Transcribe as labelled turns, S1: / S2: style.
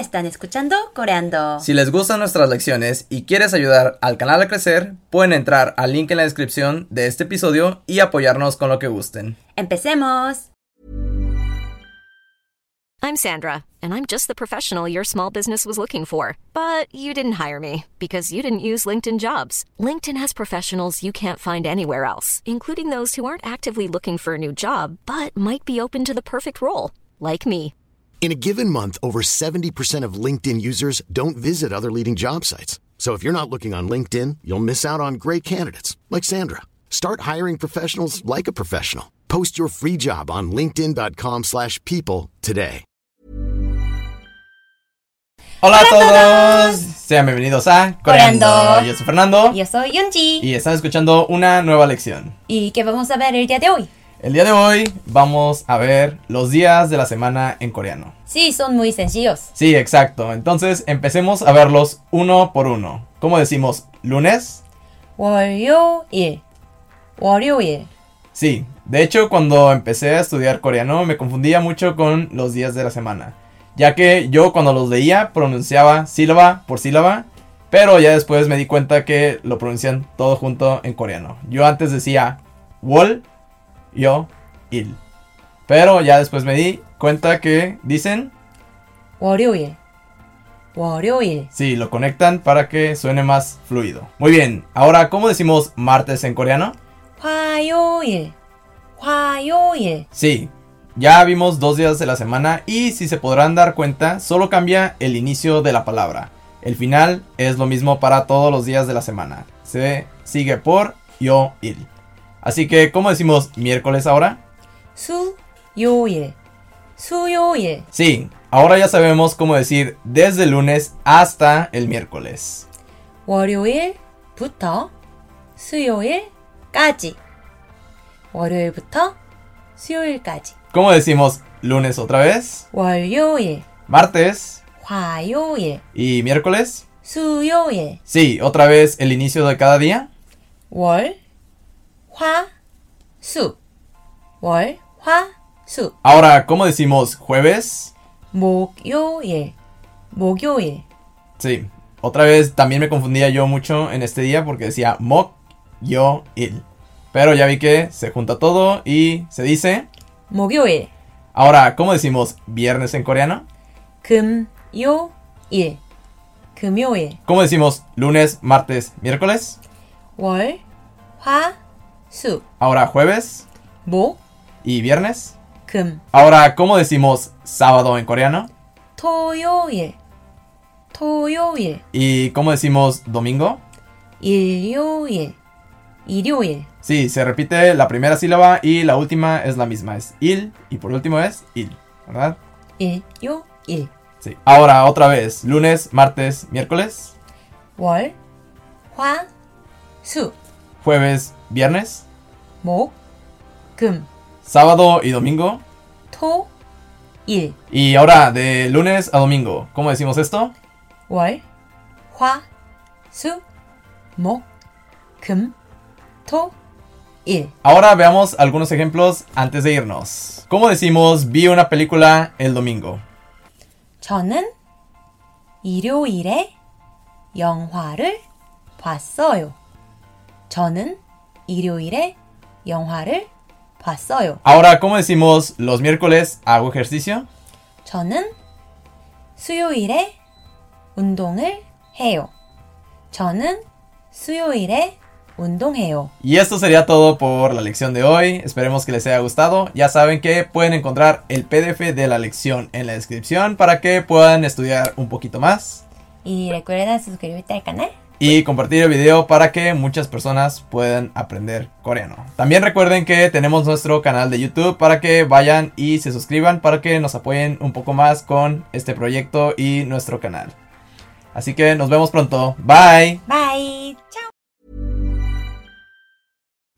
S1: están escuchando Coreando.
S2: Si les gustan nuestras lecciones y quieres ayudar al canal a crecer, pueden entrar al link en la descripción de este episodio y apoyarnos con lo que gusten.
S1: ¡Empecemos!
S3: I'm Sandra, and I'm just the professional your small business was looking for. But you didn't hire me because you didn't use LinkedIn jobs. LinkedIn has professionals you can't find anywhere else, including those who aren't actively looking for a new job but might be open to the perfect role, like me.
S4: In a given month, over 70% of LinkedIn users don't visit other leading job sites. So if you're not looking on LinkedIn, you'll miss out on great candidates like Sandra. Start hiring professionals like a professional. Post your free job on linkedin.com/people slash people today.
S2: Hola,
S1: Hola
S2: a
S1: a
S2: todos. sean bienvenidos a
S1: Coreando.
S2: Coreando. Yo soy Fernando
S1: Yo soy Yunji.
S2: y están escuchando una nueva lección.
S1: ¿Y qué vamos a ver el día de hoy?
S2: El día de hoy vamos a ver los días de la semana en coreano.
S1: Sí, son muy sencillos.
S2: Sí, exacto. Entonces empecemos a verlos uno por uno. ¿Cómo decimos? ¿Lunes?
S1: 월요일. 월요일.
S2: Sí. De hecho, cuando empecé a estudiar coreano me confundía mucho con los días de la semana. Ya que yo cuando los leía pronunciaba sílaba por sílaba, pero ya después me di cuenta que lo pronuncian todo junto en coreano. Yo antes decía wol, yo, il. Pero ya después me di cuenta que dicen
S1: 월요일. 월요일.
S2: Sí, lo conectan para que suene más fluido. Muy bien, ahora, ¿cómo decimos martes en coreano?
S1: 화요일. 화요일.
S2: Sí, ya vimos dos días de la semana y si se podrán dar cuenta, solo cambia el inicio de la palabra. El final es lo mismo para todos los días de la semana. Se sigue por yo, il. Así que, ¿cómo decimos miércoles ahora?
S1: 수요일. 수요일.
S2: Sí, ahora ya sabemos cómo decir desde el lunes hasta el miércoles.
S1: 월요일부터 수요일까지. 월요일부터 수요일까지.
S2: ¿Cómo decimos lunes otra vez?
S1: 월요일,
S2: Martes
S1: 화요일,
S2: y miércoles.
S1: 수요일,
S2: Sí, otra vez el inicio de cada día.
S1: 월, 화, 수. 월, 화, 수.
S2: Ahora, ¿cómo decimos jueves?
S1: 목요일, 목요일,
S2: Sí, otra vez también me confundía yo mucho en este día porque decía mok, yo, il. Pero ya vi que se junta todo y se dice.
S1: 목요일,
S2: Ahora, ¿cómo decimos viernes en coreano?
S1: 금요일, 금요일,
S2: ¿Cómo decimos lunes, martes, miércoles?
S1: 월, 화, 수.
S2: Ahora jueves
S1: 목,
S2: y viernes.
S1: 금,
S2: Ahora, ¿cómo decimos sábado en coreano?
S1: 토요일, 토요일,
S2: ¿Y cómo decimos domingo?
S1: 일요일, 일요일,
S2: Sí, se repite la primera sílaba y la última es la misma, es il y por último es il, ¿verdad?
S1: 일요일.
S2: Sí. Ahora otra vez, lunes, martes, miércoles,
S1: 월, 화, 수,
S2: jueves, viernes,
S1: 목, 금,
S2: sábado y domingo.
S1: 토, 일,
S2: Y ahora de lunes a domingo, ¿cómo decimos esto?
S1: 월, 화, 수, 목, 금, 토, 일.
S2: Ahora veamos algunos ejemplos antes de irnos. ¿Cómo decimos vi una película el domingo?
S1: 저는 일요일에 영화를 봤어요. 저는 일요일에 영화를 봤어요.
S2: Ahora, ¿cómo decimos los miércoles hago ejercicio?
S1: 저는 수요일에 운동을 해요. 저는 수요일에 운동해요.
S2: Y esto sería todo por la lección de hoy. Esperemos que les haya gustado. Ya saben que pueden encontrar el PDF de la lección en la descripción para que puedan estudiar un poquito más
S1: Y recuerda suscribirte al canal.
S2: y compartir el video para que muchas personas puedan aprender coreano. También recuerden que tenemos nuestro canal de YouTube para que vayan y se suscriban para que nos apoyen un poco más con este proyecto y nuestro canal. Así que nos vemos pronto. Bye.
S1: Bye. Chao.